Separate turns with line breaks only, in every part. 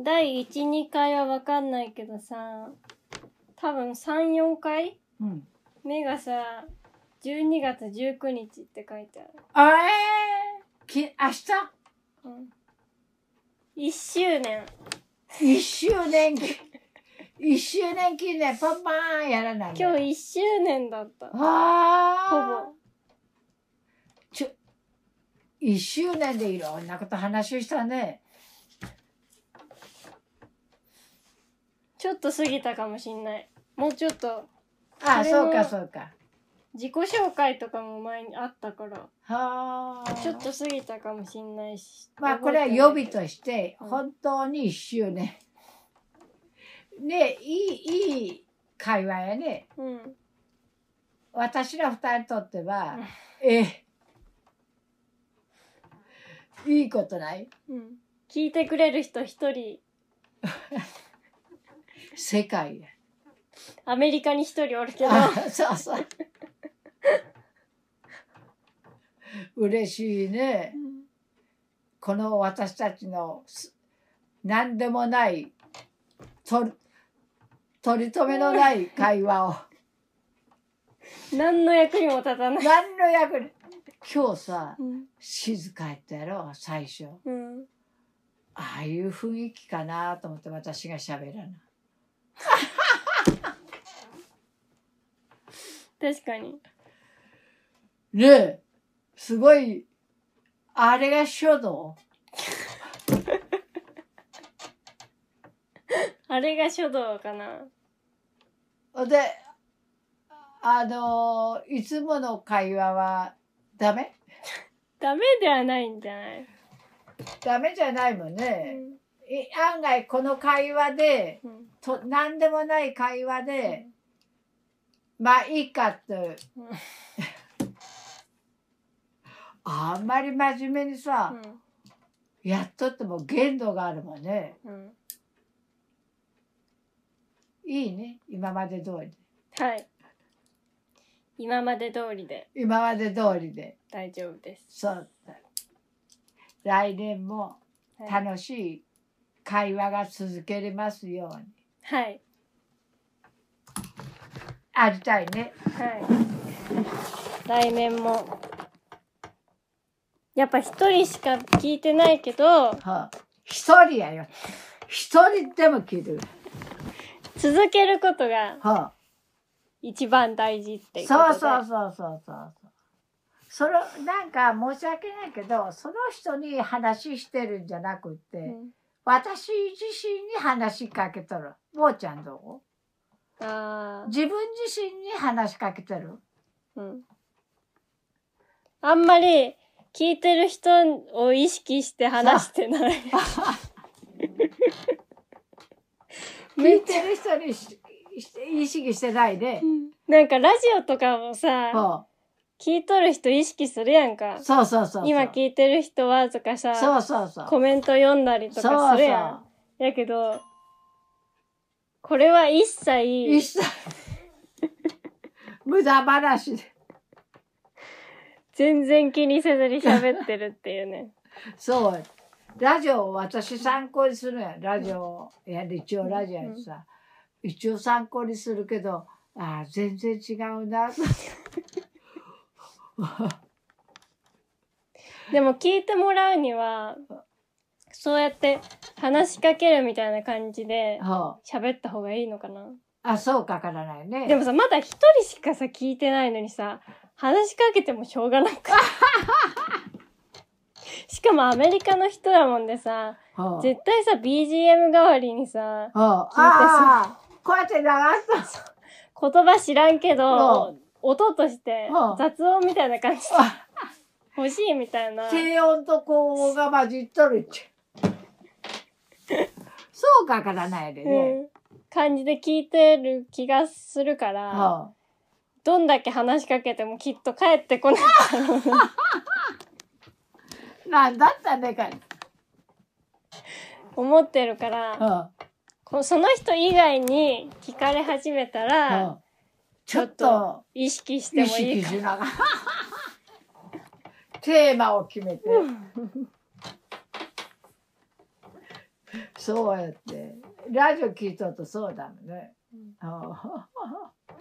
第1、2回はわかんないけどさ、多分3、4回
うん。
目がさ、12月19日って書いてある。
あえー、き、
うん。1周年。
明日、一周年記、一周年記念、パンパンやらない。
今
日、
日1周年だった。ほ
あー
ぼ。
ちょ、一周年でいろんなこと話をしたね。
ちょっと過ぎたかもしんない。もうちょっと、
ああ、
それ
そう
も
か、そうか。
自己紹介とかも前にあったから、
はあ。
ちょっと過ぎたかもしんないし。
まあこれは予備として本当に一周年。ねいいいい会話やね。
うん。
私ら二人にとってはええいいことない
うん。聞いてくれる人一人、
世界や。
アメリカに一人おるけど、
あそうそう。嬉しいね。この私たちのす何でもないと取り留めのない会話を。
何の役にも立たない。
何の役に今日さ
うん。
静かやったやろ最初
うん。
ああいう雰囲気かなと思って私が喋らない
確かに。
ねえすごいあれが書道
あれが書道かな。
であのいつもの会話はダメ
ダメではないんじゃない、
ダメじゃないもんね、い案外この会話で
うん。
と何でもない会話で、まあいいかって、
うん
あんまり真面目にさ、やっとっても限度があるもんね。
うん。うん。
いいね。今まで通りで。
はい。今まで通りで
今まで通りで。
大丈夫です。
そうだ。来年も
はい。
楽しい会話が続けれますように。
はい。
ありたいね。
はい、来年も。やっぱ一人しか聞いてないけど、
はあ、一人やよ。一人でも聞いてくれ。
続けることが
はあ、
一番大事っていうこと
そう
で。
そうそうそうそうそう。そのなんか申し訳ないけどその人に話してるんじゃなくって、
うん
私自身に話しかけとる。もうちゃんどう
あー
自分自身に話しかけてる。
うん。あんまり聞いてる人を意識して話して ない。
聞いてる人にしし意識してないで。
なんかラジオとかもさ、
そ
聞いとる人意識するやんか
う。そうそうそう。
今聞いてる人はとかさ、
そうそうそう。
コメント読んだりとか
そう
するやん。
そう。
やけど、これは一
一
切
切 無駄話で。
全然気にせずに喋ってるっていうね。
そう。ラジオを私参考にするやん。ラジオを。いや、一応ラジオやしさ。一応参考にするけど、ああ、全然違うな。
でも聞いてもらうには、そうやって話しかけるみたいな感じで
ほう
喋った方がいいのかな。
あ、そうかからないね。
でもさ、まだ一人しかさ、聞いてないのにさ、話しかけてもしょうがな くて。しかもアメリカの人だもんでさ、
ほう
絶対さ、BGM 代わりにさ、
うん、あ
てさ
あこうやって流 す
言葉知らんけ
う
ど、音として
うん
雑音みたいな感じで
とあ
欲しいみたいな。
低音と高音が混じっとるっち ゅうそうかからないで
う
ね、
ん、感じで聞いてる気がするから、
は
どんだけ話しかけてもきっと帰ってこない。
あなんだったねかい、
思ってるから、
は
こうその人以外に聞かれ始めた
あ
ら、
はあちょっと
意識して
意
もい
識
いか
しながらテーマを決めてそうやってラジオ聞いとるとそうだもんね、ああ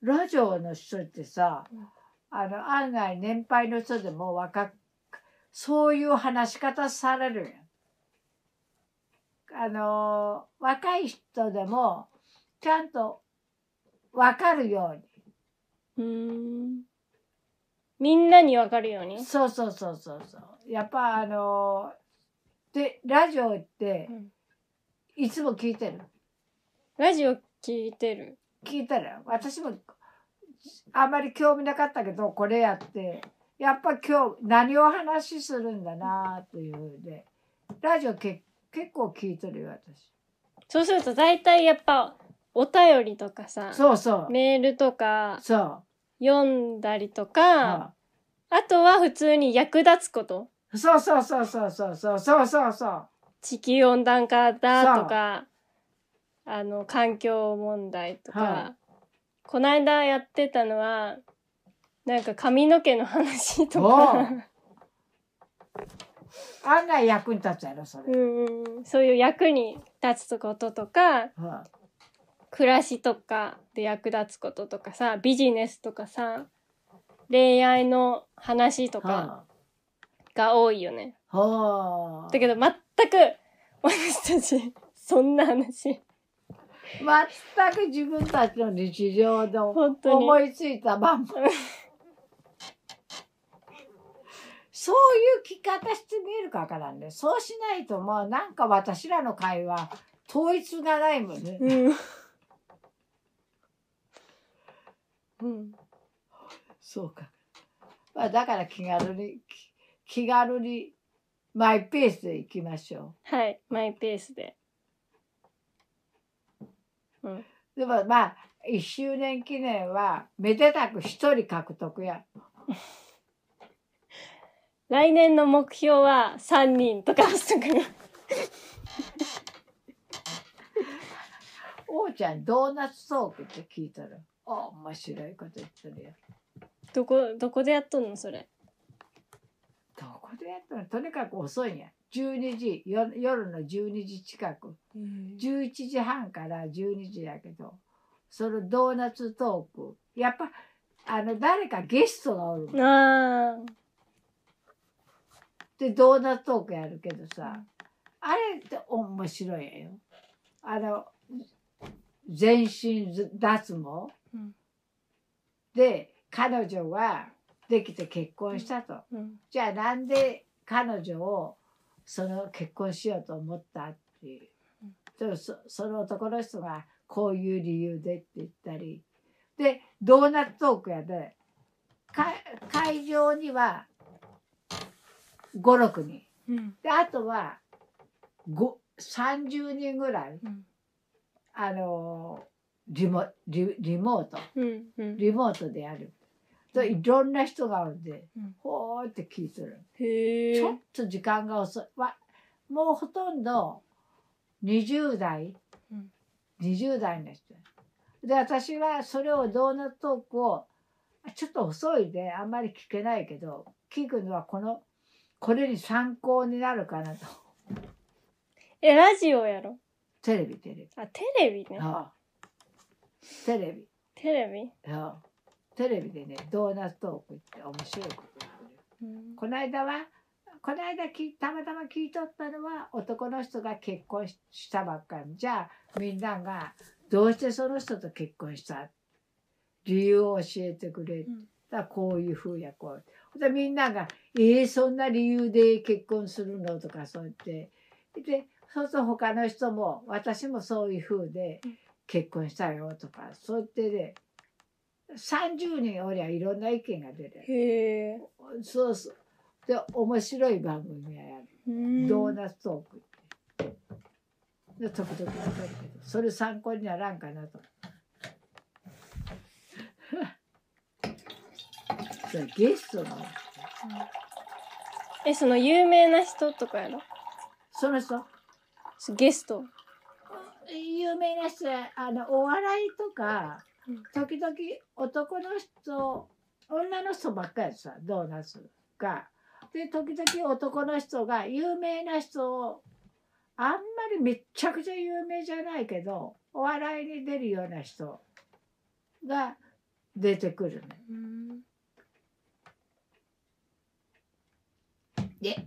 ラジオの人ってさ
うん
あの案外年配の人でも若くそういう話し方されるやんあの若い人でもちゃんと分かるように
うーん。みんなにわかるように。
そうそうそうそうそうやっぱあのーでラジオって
うん
いつも聞いてる
ラジオ聞いてる。
聞いたら私もあんまり興味なかったけどこれやってやっぱ今日何を話しするんだなというのでラジオけ結構聞いてるよ私
そうすると大体やっぱお便りとかさ、
そうそう
メールとか
そう
読んだりと
う
か、
ん
あとは普通に役立つこと。
そうそうそうそうそうそうそうそうそう
地球温暖化だとか、あの、環境問題とか、
は
こないだやってたのは、なんか髪の毛の話と
おう
か、
案外役に立つやろそれ、
うんうんうんそういう役に立つこととか、
うん
暮らしとかで役立つこととかさ、ビジネスとかさ、恋愛の話とか
はあ
が多いよね。
ほう
だけど全く私たち、そんな話、
全く自分たちの日常の
本当に。
思いついたまんま そういう聞き方してみるかわからんねそうしないともうなんか私らの会話統一がないもんね
うん。うん。
そうか、まあ、だから気軽にき気軽にマイペースでいきましょ
はい。マイペースで。うん。
うでもまあ1周年記念はめでたく1人獲得や
来年の目標は3人とかにしとくね。
王ちゃんドーナツトークって聞いたらあ面白いこと言ってるよ
どこ、どこでやっとんのそれ。
どこでやったのとにかく遅いんや12時よ夜の12時近く11時半から12時やけどそのドーナツトークやっぱあの誰かゲストがおるもん
ああ。
でドーナツトークやるけどさあれって面白いんやよあの全身脱毛、
うん
で彼女ができて結婚したと。
うん。
じゃあなんで彼女をその結婚しようと思ったっていう
うん。
でもそその男の人がこういう理由でって言ったり。で、ドーナツトークやで、か会場には5、6人。
うん。
で、あとは5 30人ぐらい、
うん。
あのーリモ、リリモート。
うん。うん。
リモートでやる。といろんな人がおるんで、
うん
ほーって聞いてる。
へ
ち
え
ょ。っと時間が遅い。わもうほとんど20代、
うん
20代の人。で、私はそれをドーナツトークを、ちょっと遅いで、あんまり聞けないけど、聞くのはこの、これに参考になるかなと。
え、ラジオやろ。
テレビ、テレビ。
あ、テレビね。
ああテレビ。
テレビ。
ああテレビでね、ドーナツトークって面白いことやる。
うん
この間はこの間きたまたま聞いとったのは男の人が結婚ししたばっかりじゃあみんながどうしてその人と結婚した理由を教えてくれ
うん
た、こういうふうやこうでみんなが「えー、そんな理由で結婚するの?」とかそう言ってでそうすると他の人も私もそういうふうで
うん
結婚したよとかそう言ってね30人おりゃいろんな意見が出て
へえ。
そうそう。で、面白い番組がやる。
うん
ドーナツトークって。で、時々やってるけど、それ参考にならんかなと。 それゲストの、
え、その有名な人とかやろ
その人、
ゲスト。
有名な人や、あの、お笑いとか
うん、
時々男の人、女の人ばっかりさ、ドーナツが。で、時々男の人が有名な人をあんまりめっちゃくちゃ有名じゃないけどお笑いに出るような人が出てくるの
うん
で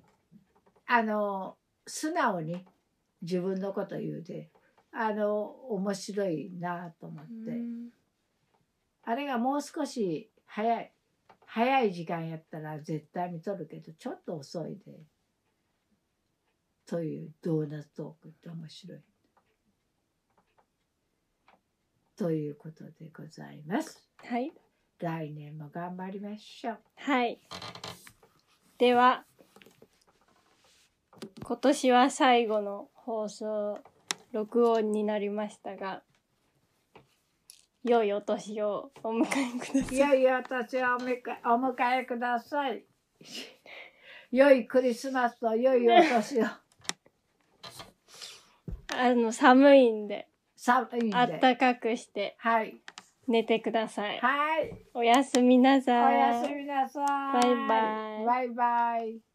あの素直に自分のこと言うてあの面白いなと思って、あれがもう少し早い早い時間やったら絶対見とるけどちょっと遅いでというドーナツトークって面白い。ということでございます。
はい
来年も頑張りましょう。
はい。では、今年は最後の放送、録音になりましたが、良いお年をお迎えくださ
い
い。
よいよ私をお迎えお迎えください。 良いクリスマスと良いお年を。
あの、寒いんで、
寒いん
あっ
で。
たかくして
はい。
寝てください。
はい。
おやすみな
お
さい。
やすみなさい。
バイバイ
バイバイ。